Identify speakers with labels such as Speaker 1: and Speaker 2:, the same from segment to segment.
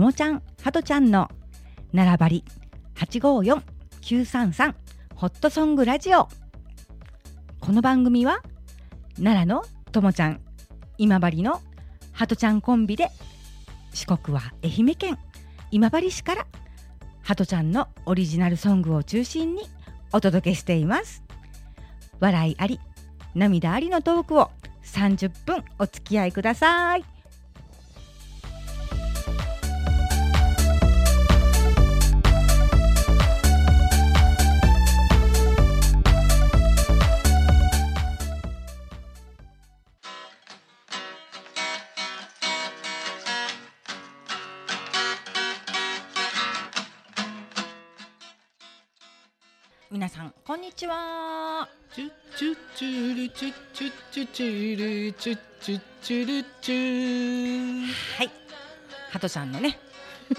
Speaker 1: もちゃん、はとちゃんの並ばり854933ホットソングラジオこの番組は奈良のともちゃん今治のはとちゃんコンビで四国は愛媛県今治市からはとちゃんのオリジナルソングを中心にお届けしています笑いあり涙ありのトークを30分お付き合いください皆さんこんにちは
Speaker 2: チュッチュッチュルチュッチュッチュッチュルチュッチュッチュルチュー
Speaker 1: はい。ハトちゃんのね、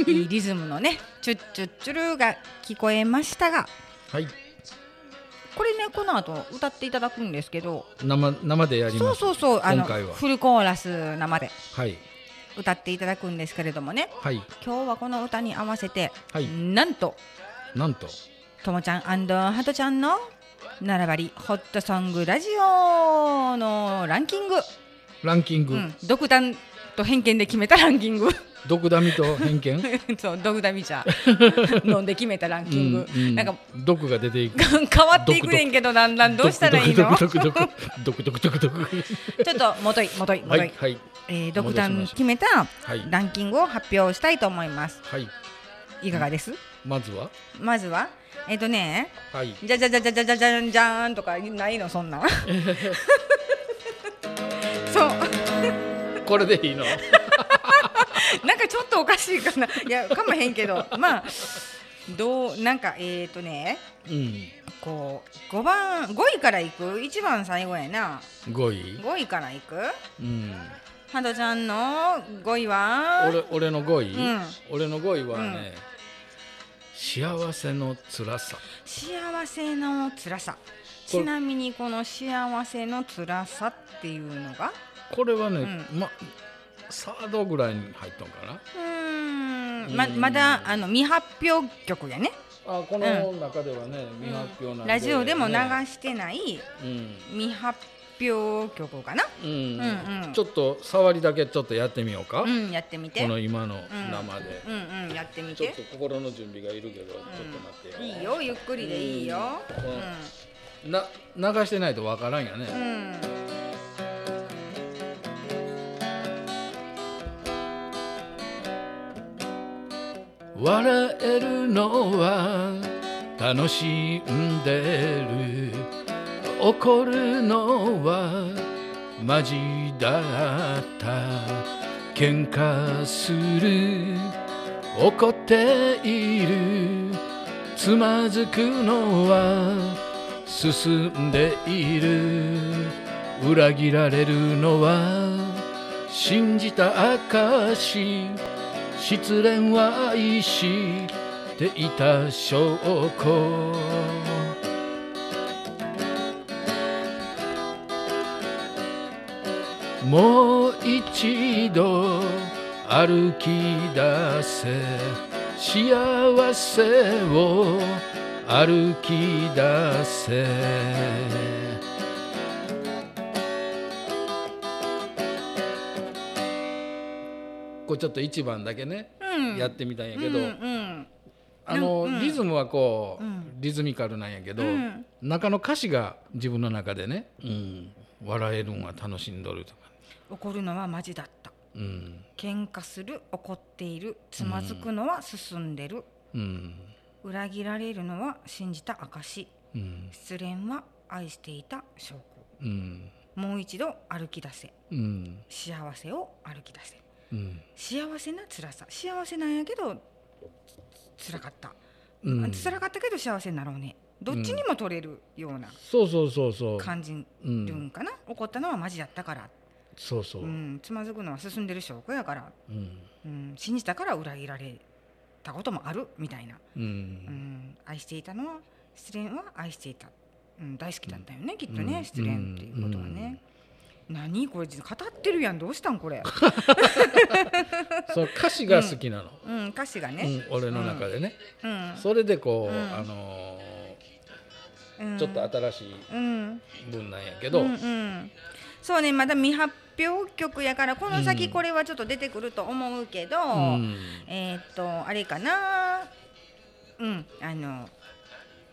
Speaker 1: いいリズムのね、チュッチュッチュルーが聞こえましたが、
Speaker 2: はい
Speaker 1: これねこの後歌っていただくんですけど、
Speaker 2: 生生でやり
Speaker 1: そ
Speaker 2: ま
Speaker 1: う
Speaker 2: す
Speaker 1: そうそうあの
Speaker 2: 今回は
Speaker 1: フルコーラス生で
Speaker 2: はい
Speaker 1: 歌っていただくんですけれどもね、
Speaker 2: はい
Speaker 1: 今日はこの歌に合わせて、
Speaker 2: はい
Speaker 1: なんと
Speaker 2: なんと
Speaker 1: ともちゃんハトちゃんの並ばりホットソングラジオのランキング、
Speaker 2: ランキング、
Speaker 1: うん、独断と偏見で決めたランキング。
Speaker 2: 毒ダミと偏見
Speaker 1: そうドクダミちゃ ん飲んで決めたランキング、
Speaker 2: うんうん
Speaker 1: なんか
Speaker 2: 毒が出ていく
Speaker 1: が変わっていくねんけどだん だんどうしたらいいのちょっ
Speaker 2: 毒毒毒毒毒毒毒毒
Speaker 1: ともといもといも
Speaker 2: は
Speaker 1: とい
Speaker 2: いはい
Speaker 1: えー独断決めた
Speaker 2: はい
Speaker 1: ランキングを発表したいと思います
Speaker 2: はい
Speaker 1: いかがです
Speaker 2: まずは
Speaker 1: まずはえっ、とね
Speaker 2: はい
Speaker 1: じゃじゃじゃじゃじゃじゃじゃんじゃーんとかないのそ んなんそう
Speaker 2: これでいいの
Speaker 1: なんかちょっとおかしいかないやかもへんけどまあどうなんかえっ、とね
Speaker 2: うん
Speaker 1: こう5番5位からいく一番最後やな
Speaker 2: 5位
Speaker 1: 5位からいく
Speaker 2: うん
Speaker 1: ハドちゃんの5位は
Speaker 2: 俺俺の5位、
Speaker 1: うん
Speaker 2: 俺の5位はね、幸せの辛さ
Speaker 1: 幸せの辛さちなみにこの幸せの辛さっていうのが
Speaker 2: これはね、
Speaker 1: う
Speaker 2: まサードぐらいに入ったのかな
Speaker 1: うーんま
Speaker 2: うん
Speaker 1: まだあの未発表曲やね
Speaker 2: あこの中ではね、未発表なんで、
Speaker 1: ラジオでも流
Speaker 2: ね
Speaker 1: してない
Speaker 2: うん
Speaker 1: 未発表曲かな
Speaker 2: うん
Speaker 1: うんうん
Speaker 2: ちょっと触りだけちょっとやってみようか、
Speaker 1: う
Speaker 2: こ
Speaker 1: んやってみて
Speaker 2: の今の
Speaker 1: ん
Speaker 2: 生で、
Speaker 1: うんうんやってみ
Speaker 2: ちょってと心の準備がいるけど、ちょっと待って
Speaker 1: いいよゆっくりでいいよ
Speaker 2: な流してないとわからんよね、
Speaker 1: うん、うん
Speaker 2: 笑えるのは楽しんでる怒るのはマジだった喧嘩する怒っているつまずくのは進んでいる裏切られるのは信じた証失恋は愛していた証拠もう一度歩き出せ幸せを歩き出せこれちょっと一番だけね、
Speaker 1: うん
Speaker 2: やってみたんやけど、
Speaker 1: うんうん
Speaker 2: あの、
Speaker 1: うんうん
Speaker 2: リズムはこう、
Speaker 1: うん
Speaker 2: リズミカルなんやけど、
Speaker 1: うん
Speaker 2: 中の歌詞が自分の中でね「うん、笑えるんは楽しんどる」とか、
Speaker 1: 怒るのはマジだった
Speaker 2: うん
Speaker 1: 喧嘩する怒っているつまずくのは進んでる、
Speaker 2: うん
Speaker 1: 裏切られるのは信じた証
Speaker 2: うん
Speaker 1: 失恋は愛していた証拠
Speaker 2: うん
Speaker 1: もう一度歩き出せ
Speaker 2: うん
Speaker 1: 幸せを歩き出せ
Speaker 2: うん
Speaker 1: 幸せな辛さ幸せなんやけどつ辛かった、
Speaker 2: うん
Speaker 1: 辛かったけど幸せになろうねどっちにも取れるような
Speaker 2: そうそうそうそう
Speaker 1: 感じる
Speaker 2: うん
Speaker 1: んかな、怒ったのはマジだったから、
Speaker 2: そうそうう、
Speaker 1: ん、つまずくのは進んでる証拠やから、
Speaker 2: うん
Speaker 1: うん、信じたから裏切られたこともあるみたいな
Speaker 2: う
Speaker 1: うんん、愛していたのは失恋は愛していた、うん、大好きだったよね、きっと
Speaker 2: う
Speaker 1: ね
Speaker 2: ん
Speaker 1: 失恋っていうことはね、何これ語ってるやんどうしたんこ れ
Speaker 2: そう歌詞が好きなの、
Speaker 1: うん歌詞が
Speaker 2: うん
Speaker 1: ね
Speaker 2: 俺の中でね、
Speaker 1: うん
Speaker 2: それでこう、
Speaker 1: うん
Speaker 2: あの
Speaker 1: うん
Speaker 2: ーちょっと新しい
Speaker 1: うん
Speaker 2: 文なんやけど、
Speaker 1: うんうんそうねまだ未発表曲やからこの
Speaker 2: う
Speaker 1: 先
Speaker 2: ん
Speaker 1: これはちょっと出てくると思うけど、
Speaker 2: うん
Speaker 1: えーっとあれかなうんあの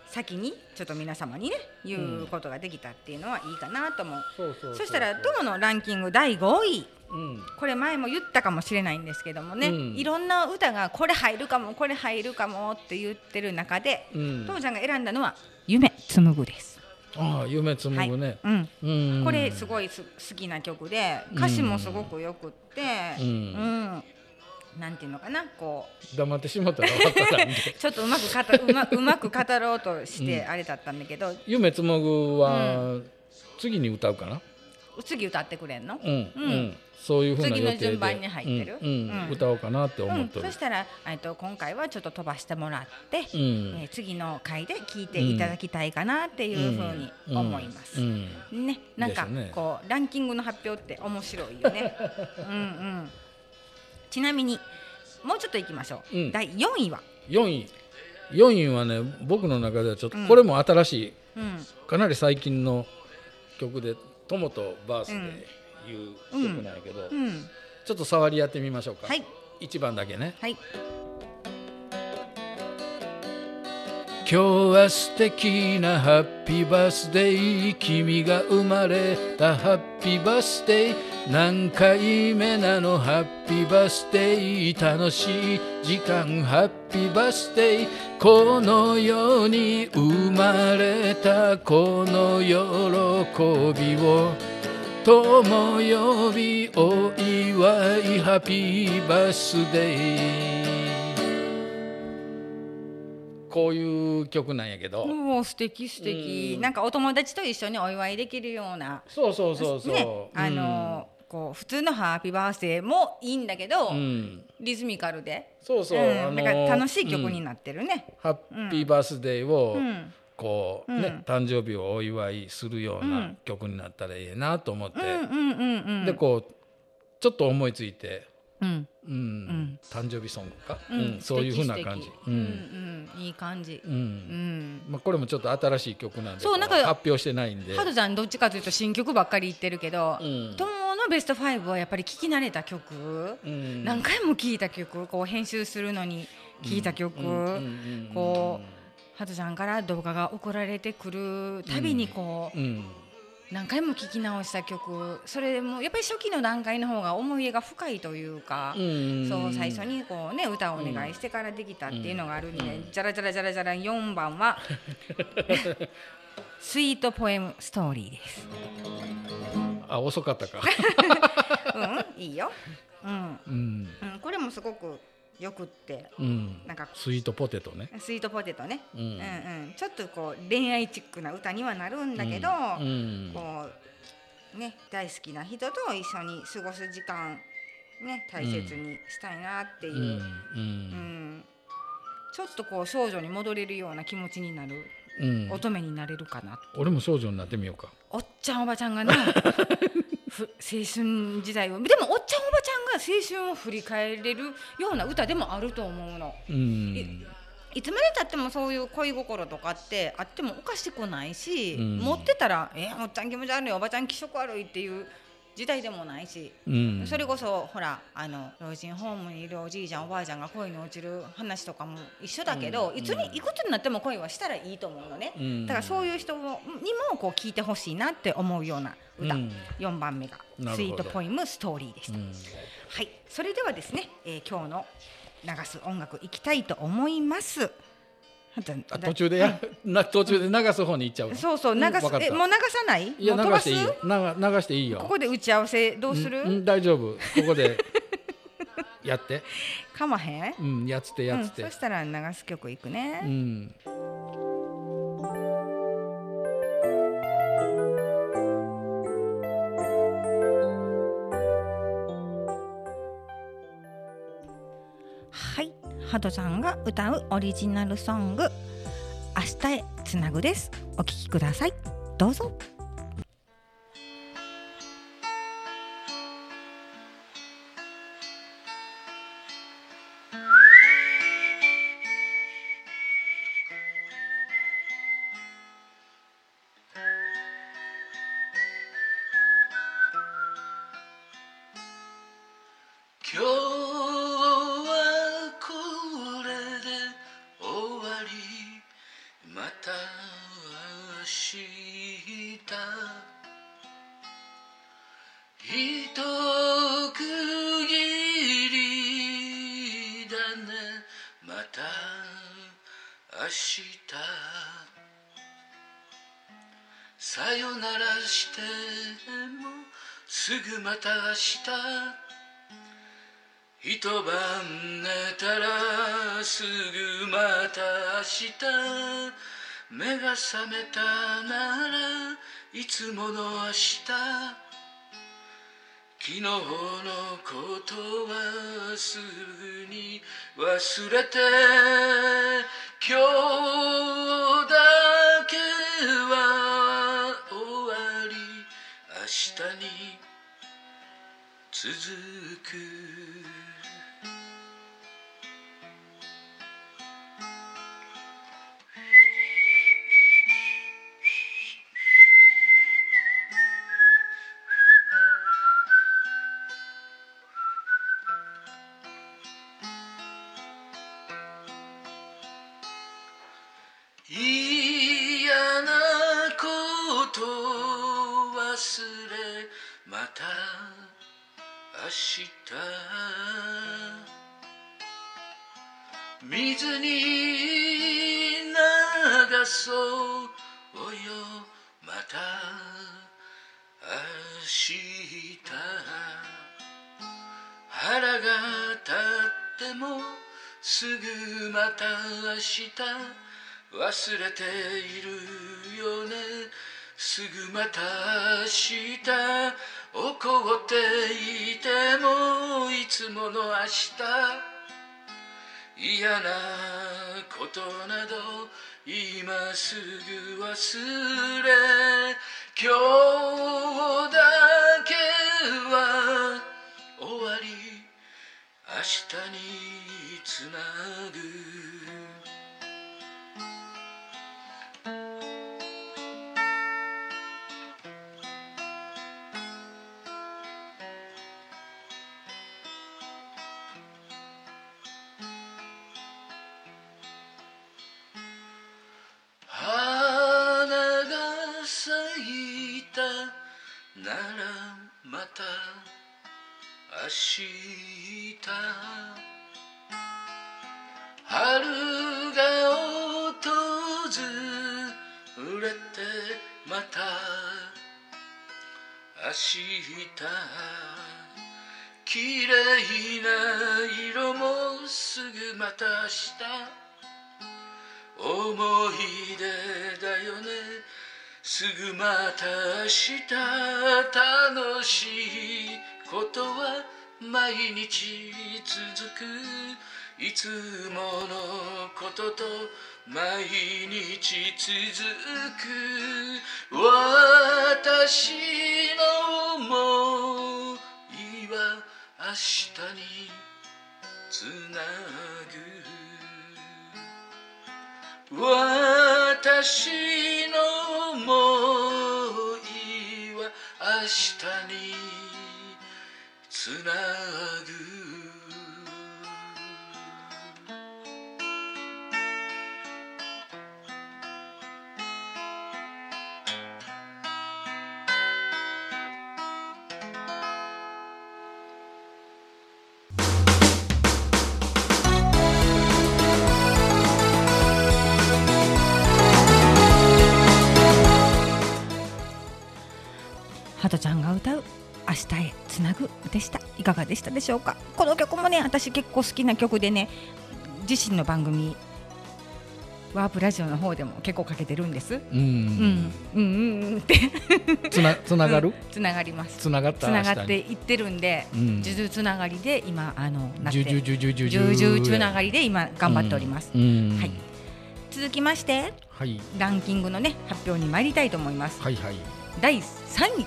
Speaker 1: 先にちょっと皆様にね言うことができたっていうのはいいかなと思う、
Speaker 2: そうそうう
Speaker 1: そしたら友のランキング第5位
Speaker 2: うん
Speaker 1: これ前も言ったかもしれないんですけどもね、
Speaker 2: うん
Speaker 1: いろんな歌がこれ入るかもこれ入るかもって言ってる中で、
Speaker 2: うん
Speaker 1: 友ちゃんが選んだのは「夢紡ぐ」です。
Speaker 2: ああ夢紡ぐね、
Speaker 1: うん
Speaker 2: うん
Speaker 1: これす
Speaker 2: い
Speaker 1: ごいす好きな曲で歌詞もすごくよくって、
Speaker 2: うん
Speaker 1: うんなんていうのかなこう
Speaker 2: 黙ってしまったら終わったら
Speaker 1: ちょっとうまくかたうまうまく語ろうとして
Speaker 2: う
Speaker 1: あれだったんだけど、
Speaker 2: 夢紡ぐは次に歌うかな
Speaker 1: 次歌ってくれんの、
Speaker 2: うん
Speaker 1: うん
Speaker 2: そういうふうな予定で
Speaker 1: 次の順番に入ってる
Speaker 2: うんうん
Speaker 1: うん
Speaker 2: 歌おうかなって
Speaker 1: う
Speaker 2: 思っ
Speaker 1: ん、
Speaker 2: て
Speaker 1: そ
Speaker 2: る
Speaker 1: したら、えっと、今回はちょっと飛ばしてもらって、
Speaker 2: う
Speaker 1: え
Speaker 2: ん
Speaker 1: ー次の回で聞いていただきたいかなっていうふうに思います。
Speaker 2: うんうん
Speaker 1: ね、なんか
Speaker 2: ですね
Speaker 1: こうランキングの発表って面白いよね。うんうん。ちなみにもうちょっと行きましょう。
Speaker 2: うん
Speaker 1: 第4位は、
Speaker 2: 4位4位はね僕の中ではちょっと
Speaker 1: うん
Speaker 2: これも新しい
Speaker 1: うん、
Speaker 2: かなり最近の曲で「友とバース」でいう曲なんやけど
Speaker 1: うん、
Speaker 2: ちょっと触りやってみましょうか
Speaker 1: はい
Speaker 2: 1番だけね
Speaker 1: はい、
Speaker 2: 今日は素敵なハッピーバースデー君が生まれたハッピーバースデー何回目なのハッピーバースデー楽しい時間ハッピーバースデーこの世に生まれたこの喜びを友よびお祝いハッピーバースデーこういう曲なんやけど、
Speaker 1: おお素敵素敵、
Speaker 2: うん
Speaker 1: なんかお友達と一緒にお祝いできるような
Speaker 2: そうそうそうそう、
Speaker 1: ねあのーこう普通のハッピーバースデーもいいんだけど、
Speaker 2: うん、うん
Speaker 1: リズミカルで、
Speaker 2: そうそう、
Speaker 1: ん
Speaker 2: あの
Speaker 1: だから楽しい曲
Speaker 2: う
Speaker 1: に
Speaker 2: ん
Speaker 1: なってるね。
Speaker 2: ハッピーバースデーを、
Speaker 1: うん
Speaker 2: こう
Speaker 1: うん
Speaker 2: ね、誕生日をお祝いするよう
Speaker 1: う
Speaker 2: なん曲になったらいいなと思って、
Speaker 1: うんうんうんうん。
Speaker 2: でこうちょっと思いついて、
Speaker 1: うん
Speaker 2: うん
Speaker 1: ん
Speaker 2: 誕生日ソングか、
Speaker 1: う
Speaker 2: うんんそういうふうな感じ
Speaker 1: 素敵素、
Speaker 2: う
Speaker 1: 敵う
Speaker 2: ん
Speaker 1: んうんいい感じ
Speaker 2: う。ん
Speaker 1: うん。
Speaker 2: まあ、これもちょっと新しい曲なんで
Speaker 1: そう
Speaker 2: こう
Speaker 1: なん
Speaker 2: 発
Speaker 1: か
Speaker 2: 表してないんで、
Speaker 1: ハトちゃんどっちかというと新曲ばっかり言ってるけど、
Speaker 2: うん
Speaker 1: 友のベスト5はやっぱり聴き慣れた曲、
Speaker 2: うん
Speaker 1: 何回も聴いた曲こう編集するのに聴いた曲、こハトちゃんから動画が送られてくるたびにこう、
Speaker 2: うんうん
Speaker 1: 何回も聴き直した曲それでもやっぱり初期の段階の方が思い入れが深いというか。
Speaker 2: うん
Speaker 1: そう最初にこうね歌をお願いしてからできたっていうのがあるんで、じゃらじゃらじゃらじゃら4番はスイートポエムストーリーです。
Speaker 2: あ遅 かったか、
Speaker 1: うん、いいよ。うん、
Speaker 2: うん
Speaker 1: うん、これもすごくよくって、
Speaker 2: うん、
Speaker 1: なんか
Speaker 2: スイートポテトね、
Speaker 1: スイートポテトね。
Speaker 2: うん
Speaker 1: うん、うん、ちょっとこう恋愛チックな歌にはなるんだけど、
Speaker 2: うん
Speaker 1: こう。ね、大好きな人と一緒に過ごす時間。ね、大切にしたいなっていうう。
Speaker 2: んう
Speaker 1: うんんちょっとこう少女に戻れるような気持ちになる、
Speaker 2: うん
Speaker 1: 乙女になれるかな
Speaker 2: 俺も少女になってみようか
Speaker 1: おっちゃんおばちゃんが なふ青春時代をでもおっちゃんおばちゃんが青春を振り返れるような歌でもあると思うの
Speaker 2: うん
Speaker 1: いつまでたってもそういう恋心とかってあってもおかしくないし、
Speaker 2: うん
Speaker 1: 持ってたら「えおっちゃん気持ち悪いおばちゃん気色悪い」っていう時代でもないし
Speaker 2: うん
Speaker 1: それこそほらあの老人ホームにいるおじいちゃんおばあちゃんが恋に落ちる話とかも一緒だけど、
Speaker 2: うん
Speaker 1: いつにいくつになっても恋はしたらいいと思うのね、
Speaker 2: うん
Speaker 1: だからそういう人もにもこう聞いてほしいなって思うような歌、
Speaker 2: うん
Speaker 1: 4番目が「
Speaker 2: なるほど
Speaker 1: スイートポエムストーリー」でし
Speaker 2: う
Speaker 1: た、
Speaker 2: ん
Speaker 1: はいそれではですね、えー今日の流す音楽いきたいと思いますあと
Speaker 2: あ途中でや、な途中で流す方に行っちゃうの
Speaker 1: そうそう流
Speaker 2: ん
Speaker 1: す、
Speaker 2: わかった
Speaker 1: えもう流さない
Speaker 2: いや
Speaker 1: も
Speaker 2: 流
Speaker 1: う飛ば
Speaker 2: し
Speaker 1: す
Speaker 2: ていいよ流流していいよ
Speaker 1: ここで打ち合わせどうする、
Speaker 2: うんうん大丈夫ここでやって
Speaker 1: かまへん
Speaker 2: うんやつってやつって
Speaker 1: うん、そしたら流す曲いくね、
Speaker 2: うん
Speaker 1: はい、ハドさんが歌うオリジナルソング「明日へつなぐ」です。お聴きください。どうぞ。
Speaker 3: 一区切りだねまた明日さよならしてもすぐまた明日一晩寝たらすぐまた明日目が覚めたならいつもの明日昨日のことはすぐに忘れて今日だけは終わり明日に続く嫌なこと忘れまた明日水に流そうよまた明日腹が立ってもすぐまた明日忘れているよねすぐまた明日怒っていてもいつもの明日嫌なことなど今すぐ忘れ今日だけは終わり明日につなぐ花が咲いたならまた明日春が訪れてまた明日綺麗な色もすぐまた明日思い出だよねすぐまた明日楽しいことは毎日続くいつものことと毎日続く私の想いは明日につなぐ私の想いは明日につなぐ
Speaker 1: ハトちゃんが歌う明日へつなぐでしたいかがでしたでしょうかこの曲もね私結構好きな曲でね自身の番組ワープラジオの方でも結構かけてるんですう
Speaker 3: う
Speaker 1: ん
Speaker 3: ん、
Speaker 1: うんうんうんって
Speaker 3: つなつながる、
Speaker 1: つながります
Speaker 3: つながっ
Speaker 1: つ
Speaker 3: た
Speaker 1: ながっ
Speaker 3: 明
Speaker 1: ていってるんで
Speaker 3: 日にうん
Speaker 1: 呪術つながりで今あのなって
Speaker 3: じゅじゅ
Speaker 1: 呪
Speaker 3: じゅじゅじゅじゅ
Speaker 1: 術つながりで今頑張っております、
Speaker 3: うんうん
Speaker 1: はい続きまして
Speaker 3: はい
Speaker 1: ランキングのね発表に参りたいと思います、
Speaker 3: はいはい
Speaker 1: 第3位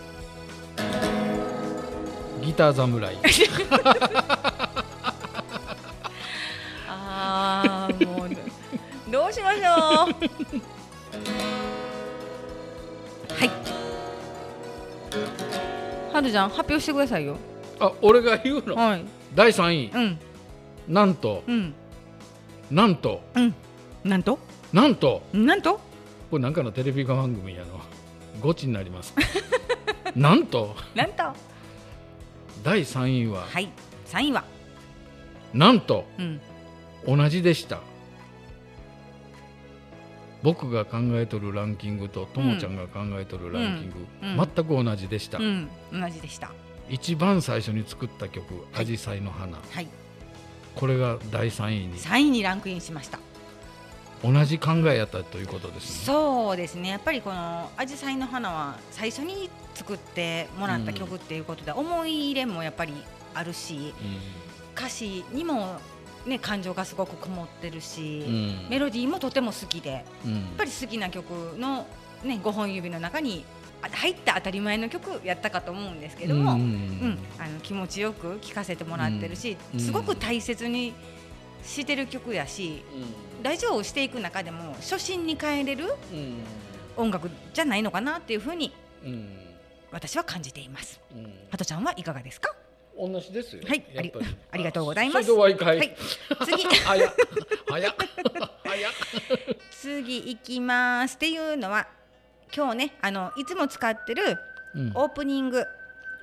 Speaker 3: ギター侍
Speaker 1: あーもうどうしましょうはいはるちゃん発表してくださいよ
Speaker 3: あ俺が言うの
Speaker 1: はい
Speaker 3: 第三位
Speaker 1: うん
Speaker 3: なんと
Speaker 1: うん
Speaker 3: なんと
Speaker 1: うんなんと
Speaker 3: なんと
Speaker 1: なんと
Speaker 3: これなんかのテレビ番組やのゴチになりますなんと
Speaker 1: なんと
Speaker 2: 第3位は、
Speaker 1: はい3位は
Speaker 2: なんと
Speaker 1: うん
Speaker 2: 同じでした僕が考えとるランキングとともちゃんが考えとるランキング、
Speaker 1: うんうん
Speaker 2: 全く同じでした、
Speaker 1: うん同じでした
Speaker 2: 一番最初に作った曲「
Speaker 1: はい
Speaker 2: アジサイの花
Speaker 1: はい」
Speaker 2: これが第3位に
Speaker 1: 3位にランクインしました
Speaker 2: 同じ考えやったということですね
Speaker 1: そうですねやっぱりこの「アジサイの花」は最初に作ってもらった曲っていうことで、思い入れもやっぱりあるし歌詞にも、ね、感情がすごくこもってるし、
Speaker 2: うんうん
Speaker 1: メロディーもとても好きでやっ
Speaker 2: うん
Speaker 1: ぱり好きな曲の、ね、5本指の中にあ入った当たり前の曲やったかと思うんですけども、
Speaker 2: うん
Speaker 1: うん、あの気持ちよく聴かせてもらってるし、
Speaker 2: うん
Speaker 1: すごく大切にしてる曲やしラジオをしていく中でも初心に帰れる
Speaker 2: うん
Speaker 1: 音楽じゃないのかなっていうふうに
Speaker 2: うん
Speaker 1: 私は感じています。
Speaker 2: うん
Speaker 1: ハトちゃんはいかがですか。
Speaker 2: 同じですよ
Speaker 1: はい
Speaker 2: やっぱり
Speaker 1: ありありがとうございます
Speaker 2: それで終わりかい、
Speaker 1: 次
Speaker 2: 早っ早っ早っ
Speaker 1: 次行きますっていうのは今日ねあのいつも使ってる
Speaker 2: うん
Speaker 1: オープニング、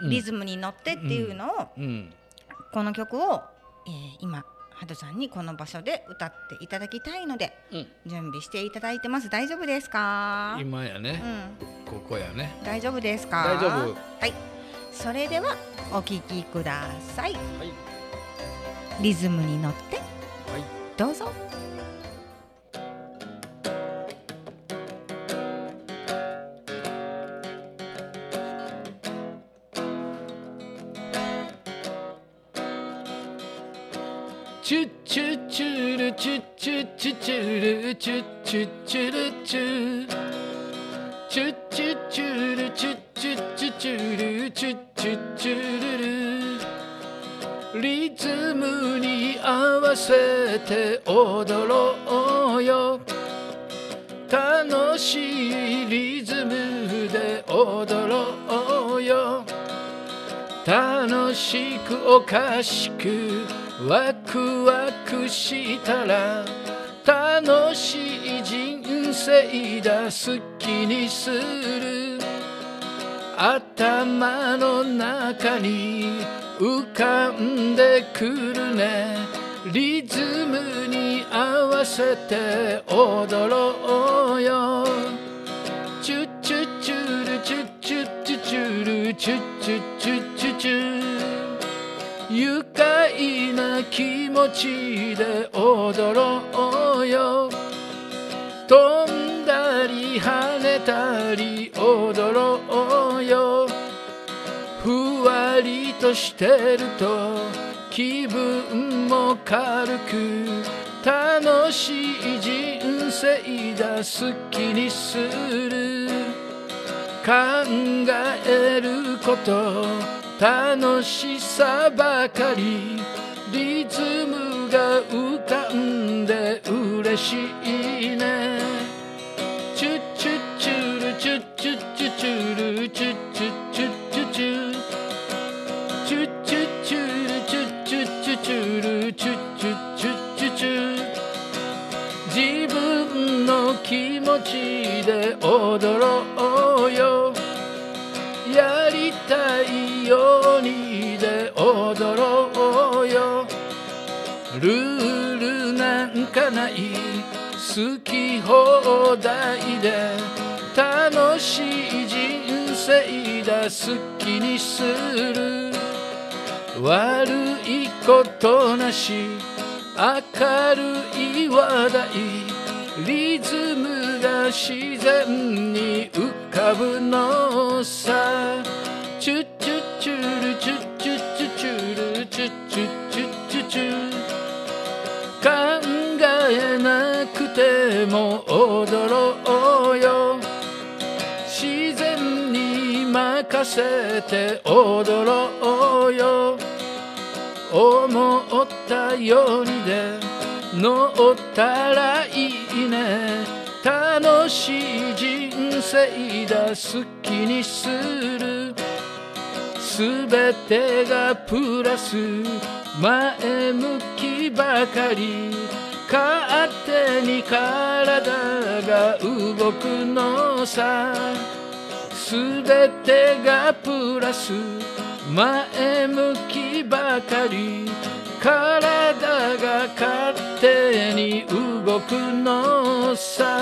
Speaker 2: うん
Speaker 1: リズムに乗ってっていうのを、
Speaker 2: うん
Speaker 1: この曲を、えー今ハトちゃんにこの場所で歌っていただきたいので
Speaker 2: うん
Speaker 1: 準備していただいてます大丈夫ですか
Speaker 2: 今や
Speaker 1: う
Speaker 2: ね、
Speaker 1: ん
Speaker 2: ここやね
Speaker 1: 大丈夫ですか
Speaker 2: 大丈夫
Speaker 1: はいそれではお聴きください
Speaker 2: はい
Speaker 1: リズムに乗って
Speaker 2: はい
Speaker 1: どうぞ
Speaker 2: チュッチュッチュルチュッチュッチュッチュルチュッチュッチュルチュチュッチュッチュルチュッチュッチュッチュルチュッチュッチュルルリズムに合わせて踊ろうよ楽しいリズムで踊ろうよ楽しくおかしくワクワクしたら楽しい人生だ好きにする頭の中に浮かんでくるねリズムに合わせて踊ろうよチュッチュッチュルチュッチュッチュチュルチュッチュッチュチュチュ愉快な気持ちで踊ろうよ飛んだり跳ねたり踊ろうよふわりとしてると気分も軽く楽しい人生だ好きにする考えること楽しさばかりリズムが浮かんで嬉しいねチュチュチュルチュチュチュチュルチュチュチュチュチュチュチュチュルチュチュチュチュルチュチュチュチュチュ自分の気持ちで踊ろうよやりたいようにで踊ろうよルールなんかない好き放題で楽しい人生だ好きにする悪いことなし明るい話題リズムが自然に浮かぶのさチュッチュッチュルチュッチュッチュチュルチュッチュッチュッチュチュ考えなくても踊ろうよ自然に任せて踊ろうよ思ったようにで乗ったらいいね楽しい人生だ好きにするすべてがプラス前向きばかり勝手に体が動くのさすべてがプラス前向きばかり体が勝手に動くのさ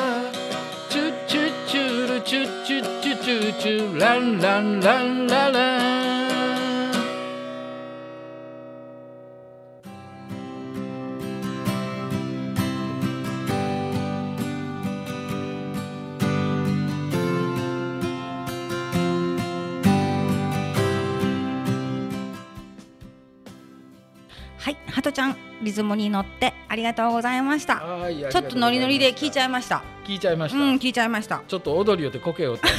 Speaker 2: チュチュチュルチュチュチュチュチュランランランララン
Speaker 1: はい、ハトちゃんリズムに乗ってありがとうございました。
Speaker 2: はい
Speaker 1: ちょっとノリノリで聞いちゃいました。
Speaker 2: 聞いちゃいまし
Speaker 1: う
Speaker 2: た、
Speaker 1: ん、聞いちゃいました。
Speaker 2: ちょっと踊りよってこけよって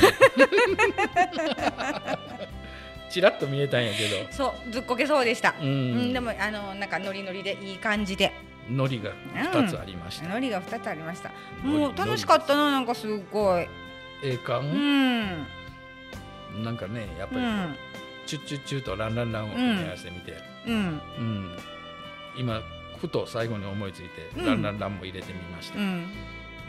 Speaker 2: チラッと見えたんやけど
Speaker 1: そう、ずっこけそうでした。
Speaker 2: う
Speaker 1: うん、
Speaker 2: ん
Speaker 1: でもあのなんかノリノリでいい感じで
Speaker 2: ノリが2つありました、
Speaker 1: ノリが二つありました。
Speaker 2: ノリ
Speaker 1: もう楽しかったななんかすごい。
Speaker 2: ええ感、
Speaker 1: うん、
Speaker 2: なんかねやっぱ
Speaker 1: う
Speaker 2: りこう、
Speaker 1: ん、
Speaker 2: チュッチュッチュとランランランを組み合わせてみて、
Speaker 1: うん、
Speaker 2: うん今ふと最後に思いついて、
Speaker 1: うん
Speaker 2: ランランランも入れてみました、
Speaker 1: うん。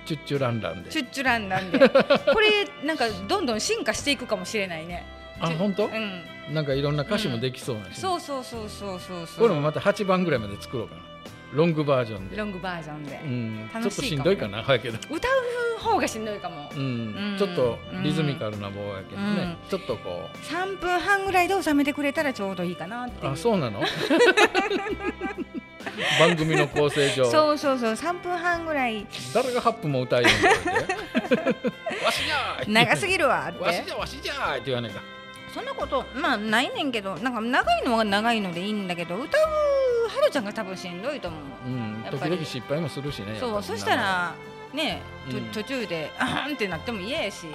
Speaker 2: チュッチュランランで
Speaker 1: チュッチュラン なんで。これなんかどんどん進化していくかもしれないね。
Speaker 2: あ
Speaker 1: チュ
Speaker 2: 本当、
Speaker 1: うん。
Speaker 2: なんかいろんな歌詞もできそうなし、
Speaker 1: そうそうそうそうそうそう。
Speaker 2: これもまた8番ぐらいまで作ろうかなロングバージョンで、
Speaker 1: ロングバージョンで
Speaker 2: う。ん、ちょっ
Speaker 1: 楽
Speaker 2: と
Speaker 1: しいかもね
Speaker 2: しんどいかな早いけど、
Speaker 1: 歌う方がしんどいかも
Speaker 2: う。
Speaker 1: う
Speaker 2: ん
Speaker 1: ん
Speaker 2: ちょっとリズミカルな棒やけどね、ちょっとこ
Speaker 1: 三分半ぐらいで収めてくれたらちょうどいいかなって
Speaker 2: う
Speaker 1: いう。
Speaker 2: あそうなの 番組の構成上
Speaker 1: そうそうそう三分半ぐらい
Speaker 2: 誰がハップも歌えるんだよ わしじゃーい
Speaker 1: 長すぎるわっ
Speaker 2: わしてじゃわしじゃーいって言わないか
Speaker 1: そんなことまあないねんけどなんか長いのは長いのでいいんだけど歌うハロちゃんが多分しんどいと思う、
Speaker 2: うん
Speaker 1: やっ
Speaker 2: 時
Speaker 1: ぱり
Speaker 2: 々失敗もするしね
Speaker 1: そ
Speaker 2: や
Speaker 1: う
Speaker 2: っぱり
Speaker 1: そしたらねと
Speaker 2: うん
Speaker 1: 途中であーんってなっても嫌やし、
Speaker 2: う ー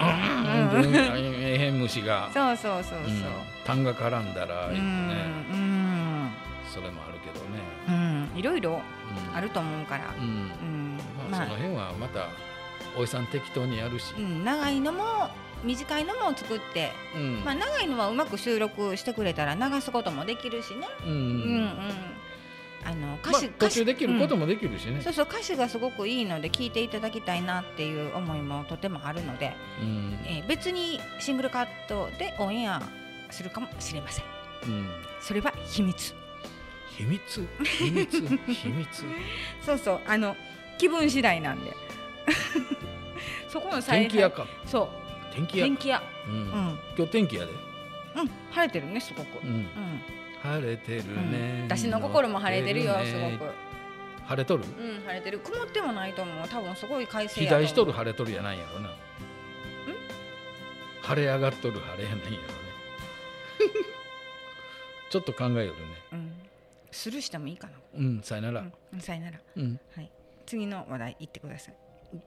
Speaker 1: うん
Speaker 2: んうんえへん虫が
Speaker 1: そうそうそう
Speaker 2: うん痰が絡んだら
Speaker 1: そうう
Speaker 2: いいよ
Speaker 1: ん
Speaker 2: ね
Speaker 1: うん
Speaker 2: それもあるけどね
Speaker 1: うんいろいろ
Speaker 2: うん
Speaker 1: あると思うから
Speaker 2: う、ん
Speaker 1: うん
Speaker 2: ま
Speaker 1: ま
Speaker 2: あその
Speaker 1: あ、
Speaker 2: 辺はまたおじさん適当にやるし
Speaker 1: うん、長いのも短いのも作って
Speaker 2: うん
Speaker 1: まあ、長いのはうまく収録してくれたら流すこともできるしね、
Speaker 2: うん
Speaker 1: う
Speaker 2: う
Speaker 1: んうん
Speaker 2: ん
Speaker 1: あの
Speaker 2: ま
Speaker 1: 歌
Speaker 2: あ
Speaker 1: 詞、
Speaker 2: 途
Speaker 1: 歌詞
Speaker 2: 中できること
Speaker 1: も、
Speaker 2: もできるし
Speaker 1: うん
Speaker 2: ね
Speaker 1: そうそう歌詞がすごくいいので聴いていただきたいなっていう思いもとてもあるので、
Speaker 2: うん
Speaker 1: えー別にシングルカットでオンエアするかもしれません
Speaker 2: うん
Speaker 1: それは秘密
Speaker 2: 秘密秘 密秘密
Speaker 1: そうそうあの気分次第なんで そこの
Speaker 2: 天気屋か
Speaker 1: そう
Speaker 2: 天気屋
Speaker 1: 天気屋う
Speaker 2: う
Speaker 1: んん
Speaker 2: 今日天気やで
Speaker 1: うん晴れてるねすごく、
Speaker 2: うん
Speaker 1: うん
Speaker 2: 晴れてるね、
Speaker 1: うん、私の心も晴れてるよすごく。
Speaker 2: く晴れとる
Speaker 1: うん、晴れてる。曇ってもないと思う。多分すごい快晴
Speaker 2: 肥
Speaker 1: やと思う。
Speaker 2: 大しとる晴れとるやないやろな晴れ上がっとる晴れやないやろね ちょっと考えよるね
Speaker 1: うん。スルーしてもいいかな。
Speaker 2: うんさよなら、
Speaker 1: うん、さよなら。
Speaker 2: うん
Speaker 1: はい。次の話題行ってください。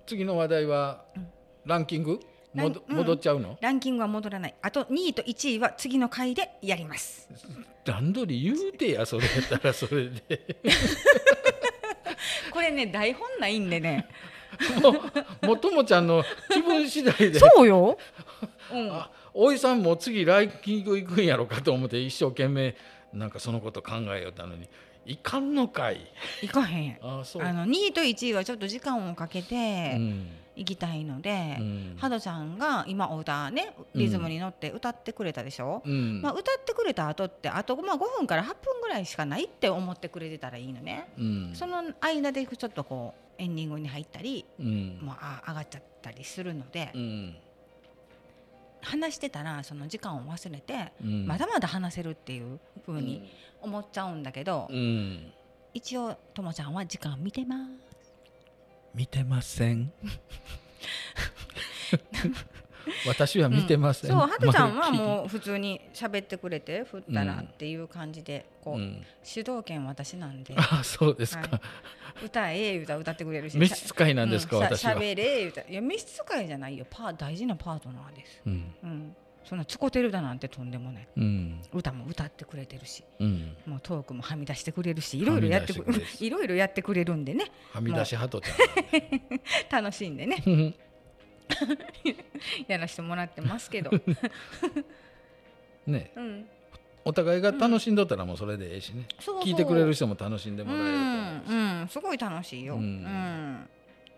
Speaker 2: 次の話題は、
Speaker 1: うん
Speaker 2: ランキング
Speaker 1: ラン
Speaker 2: もど戻っちゃうの、
Speaker 1: ランキングは戻らない。あと2位と1位は次の回でやり ます。
Speaker 2: 段取り言うてやそれやったらそれで
Speaker 1: これね、台本ないんでね。
Speaker 2: ももともちゃんの気分次第 で
Speaker 1: そう よ。うん。
Speaker 2: あおいさんも次ランキング行くんやろかと思って一生懸命なんかそのこと考えよったのにいかんのかい
Speaker 1: 行かへん。
Speaker 2: あそう
Speaker 1: あの2位と1位はちょっと時間をかけ
Speaker 2: う
Speaker 1: て
Speaker 2: ん
Speaker 1: 行きたいの
Speaker 2: う
Speaker 1: で、
Speaker 2: ん
Speaker 1: ハドちゃんが今お歌ねリズムに乗って歌ってくれたでしょ、
Speaker 2: うん
Speaker 1: まあ、歌ってくれた後ってあとまあ5分から8分ぐらいしかないって思ってくれてたらいいのね、
Speaker 2: うん
Speaker 1: その間でちょっとこうエンディングに入ったり、
Speaker 2: うん
Speaker 1: もうあ上がっちゃったりするので、
Speaker 2: うん
Speaker 1: 話してたらその時間を忘れて、
Speaker 2: うん
Speaker 1: まだまだ話せるっていう風
Speaker 2: うん
Speaker 1: に思っちゃうんだけど、
Speaker 2: うん
Speaker 1: 一応ともちゃんは時間見てます
Speaker 2: 見てませ ん私は見てません、
Speaker 1: そうハトちゃんは
Speaker 2: まるっ
Speaker 1: もう普通に喋ってくれて振ったら
Speaker 2: うん
Speaker 1: っていう感じで
Speaker 2: きり
Speaker 1: こう、
Speaker 2: うん
Speaker 1: 主導権私なんで
Speaker 2: あそうですか、
Speaker 1: は歌ええ歌歌ってくれるし
Speaker 2: 召使いなんですか、
Speaker 1: う
Speaker 2: 私
Speaker 1: しゃ
Speaker 2: は、
Speaker 1: べれ言うたいや召使いじゃないよパー大事なパートナーです
Speaker 2: うん
Speaker 1: うんそんなつこてるだなんてとんでもない
Speaker 2: うん
Speaker 1: 歌も歌ってくれてるし
Speaker 2: うん
Speaker 1: もうトークもはみ出してくれるしいろいろやってく
Speaker 2: はみ
Speaker 1: れ
Speaker 2: 出してく れ
Speaker 1: いろいろやってくれるんでね
Speaker 2: はみ出しハトちゃん
Speaker 1: 楽しんでね
Speaker 2: なんで
Speaker 1: やらせてもらってます けど、
Speaker 2: ね
Speaker 1: うん、
Speaker 2: お互いが楽しんどったらもうそれでええしね、
Speaker 1: そうそう
Speaker 2: 聞いてくれる人も楽しんで
Speaker 1: う
Speaker 2: もらえると思う、
Speaker 1: ん、うん、すごい楽しいよ、
Speaker 2: う
Speaker 1: うんん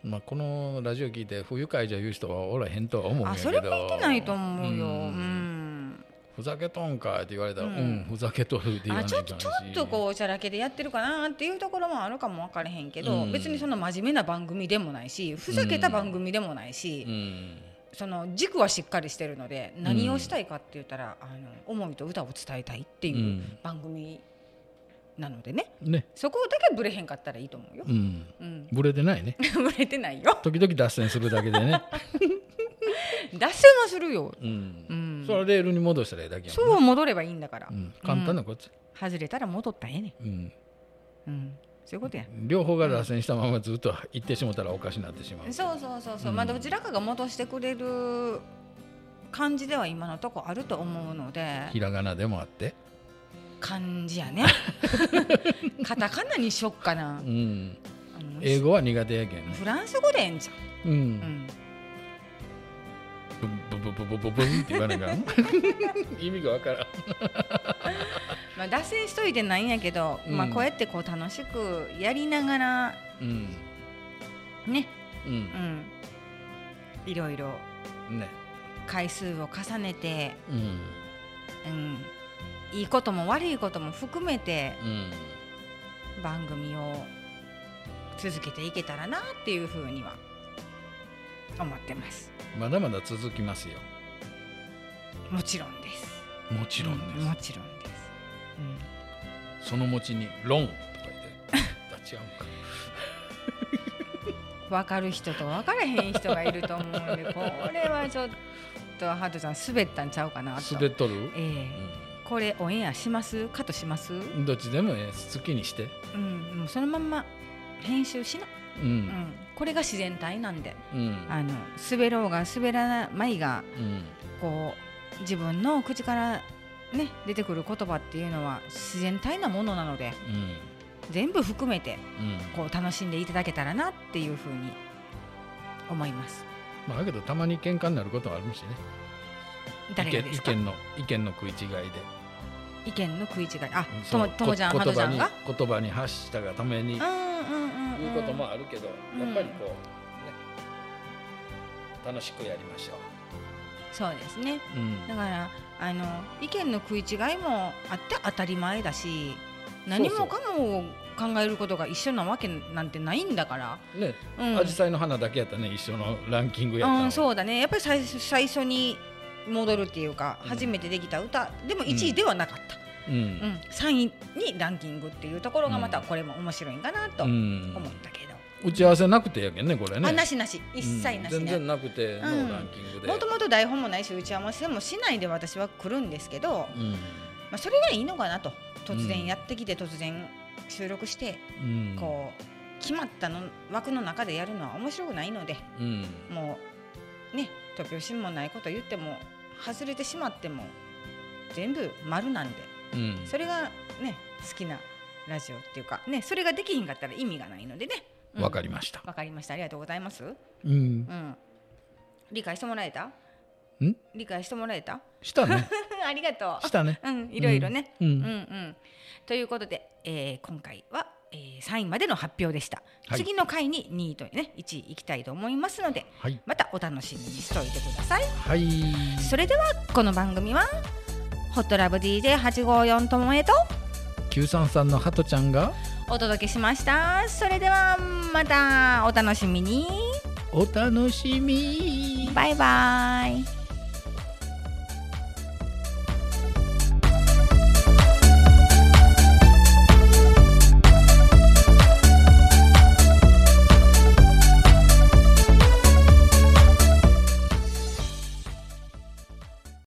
Speaker 2: まあ、このラジオ聞いて不愉快じゃ言う人はおらへんとは思うん
Speaker 1: あ
Speaker 2: やけど
Speaker 1: それ向いてないと思うよ、うん
Speaker 2: うんふざけとんかいって言われたら、う、
Speaker 1: うんん
Speaker 2: ふざけとるって言わ
Speaker 1: あ
Speaker 2: ない
Speaker 1: ち
Speaker 2: か
Speaker 1: ょ
Speaker 2: ん
Speaker 1: っと
Speaker 2: し
Speaker 1: ちょっとこうおしゃらけでやってるかなっていうところもあるかも分からへんけど、
Speaker 2: うん
Speaker 1: 別にその真面目な番組でもないしふざけた番組でもないし、
Speaker 2: うん、
Speaker 1: その軸はしっかりしてるので何をしたいかって言ったら、あの思いと歌を伝えたいって
Speaker 2: う
Speaker 1: いうん番組なのでね
Speaker 2: ね
Speaker 1: そこだけブレへんかったらいいと思うよ
Speaker 2: う。ん
Speaker 1: うん、
Speaker 2: ブレてな いね
Speaker 1: ブレてないよ。
Speaker 2: 時々脱線するだけでね、
Speaker 1: 脱線はするよ。
Speaker 2: うん
Speaker 1: うん、
Speaker 2: それはレールに戻したらええだけやもん
Speaker 1: そう戻ればいいんだから、
Speaker 2: ね、うん、簡単なこっち、
Speaker 1: 外れたら戻ったらええね
Speaker 2: うん
Speaker 1: ん、うん、そういうことや、
Speaker 2: 両方が脱線したままずっと行ってしもたらおかしなってしまう、
Speaker 1: そうそうそうそう、
Speaker 2: うん
Speaker 1: まあどちらかが戻してくれる感じでは今のとこあると思うので
Speaker 2: ひらがなでもあって、
Speaker 1: 漢字や ねカタカナにしよっかな
Speaker 2: うん、
Speaker 1: あの
Speaker 2: 英語は苦手やけんね
Speaker 1: フランス語でええんじ
Speaker 2: う
Speaker 1: ゃん、うんん、
Speaker 2: ブンブンブンブンブンブンって言わないから意味がわからん
Speaker 1: まあ脱線しといてないんやけど、まあ
Speaker 2: うん
Speaker 1: こうやってこう楽しくやりながら
Speaker 2: うん
Speaker 1: ね
Speaker 2: うん
Speaker 1: うんいろいろ
Speaker 2: ね
Speaker 1: 回数を重ねて
Speaker 2: うん
Speaker 1: うん、いいことも悪いことも含めて
Speaker 2: うん
Speaker 1: 番組を続けていけたらなっていうふうには思ってます
Speaker 2: まだまだ続きますよ
Speaker 1: もちろんです
Speaker 2: もちろん
Speaker 1: うも
Speaker 2: で
Speaker 1: ちろんです、
Speaker 2: すその餅に「ロン」とか言って立ち会うか
Speaker 1: うん、分かる人と分からへん人がいると思うん でこれはちょっとハトちゃん滑ったんちゃうかなと
Speaker 2: 滑っとる、
Speaker 1: ええこれオンエアしますカットします
Speaker 2: うんどっちでもええ好きにして
Speaker 1: うんもうそのまんま編集しな、
Speaker 2: う
Speaker 1: うんん、これが自然体なんで
Speaker 2: うん
Speaker 1: あの滑ろうが滑らないが
Speaker 2: うん
Speaker 1: こう自分の口からね出てくる言葉っていうのは自然体なものなので
Speaker 2: うん
Speaker 1: 全部含めて
Speaker 2: うん
Speaker 1: こう楽しんでいただけたらなっていうふうに思います
Speaker 2: まあだけどたまに喧嘩になることはあるしね
Speaker 1: 誰が
Speaker 2: 意見
Speaker 1: で
Speaker 2: 意
Speaker 1: すか意見
Speaker 2: 見の意見の食い違いで
Speaker 1: の食い違いあ
Speaker 2: うん
Speaker 1: とも
Speaker 2: その
Speaker 1: ともちゃん
Speaker 2: こ
Speaker 1: はとちゃんが
Speaker 2: 言葉に言葉に発したがために
Speaker 1: うんうんうん
Speaker 2: いうこともあるけど、
Speaker 1: うん
Speaker 2: やっぱりこう、ね、楽しくやりましょ
Speaker 1: そうですね
Speaker 2: う。うん
Speaker 1: だからあの意見の食い違いもあって当たり前だし何もかも考えることが一緒なわけなんてないんだから、
Speaker 2: ね、
Speaker 1: うん、
Speaker 2: 紫陽花の花だけやったね、一緒のランキングやったの
Speaker 1: うん、そうだねやっぱり最初最初に戻るっていうか、
Speaker 2: うん
Speaker 1: 初めてできた歌でも1位ではなかった、
Speaker 2: うん
Speaker 1: うん3位にランキングっていうところがまたこれも面白いんかなと
Speaker 2: う
Speaker 1: 思
Speaker 2: ん
Speaker 1: ったけど、
Speaker 2: 打ち合わせなくてやけんね、これね。
Speaker 1: あなしなし一切なし
Speaker 2: うん全然
Speaker 1: ね
Speaker 2: なくて、の
Speaker 1: うん
Speaker 2: ランキングで。
Speaker 1: もともと台本もないし打ち合わせもしないで私は来るんですけど、
Speaker 2: うん
Speaker 1: まあ、それがいいのかなと突
Speaker 2: う
Speaker 1: 然
Speaker 2: ん
Speaker 1: やってきて突然収録して、
Speaker 2: うん、
Speaker 1: こう決まったの枠の中でやるのは面白くないので
Speaker 2: う、ん、
Speaker 1: もうね突拍子もないこと言っても外れてしまっても全部丸なんで
Speaker 2: うん、
Speaker 1: それがね好きなラジオっていうかねそれができひんかったら意味がないのでねうん
Speaker 2: わかりました。
Speaker 1: わかりましたありがとうございます
Speaker 2: うん
Speaker 1: う、ん理解してもらえた
Speaker 2: ん
Speaker 1: 理解してもらえた
Speaker 2: したね、
Speaker 1: ありがと
Speaker 2: したね。
Speaker 1: う うんいろいろね、
Speaker 2: うん
Speaker 1: うん、うんということで、えー今回は、えー、3位までの発表でした、
Speaker 2: はい
Speaker 1: 次の回に2位とね1位いきたいと思いますので
Speaker 2: はい、
Speaker 1: またお楽しみにしておいてください
Speaker 2: はい、
Speaker 1: それではこの番組はホットラブ DJ854 ともえと
Speaker 2: 九三三のハトちゃんが
Speaker 1: お届けしましたそれではまたお楽しみに
Speaker 2: お楽しみ。
Speaker 1: バイバイ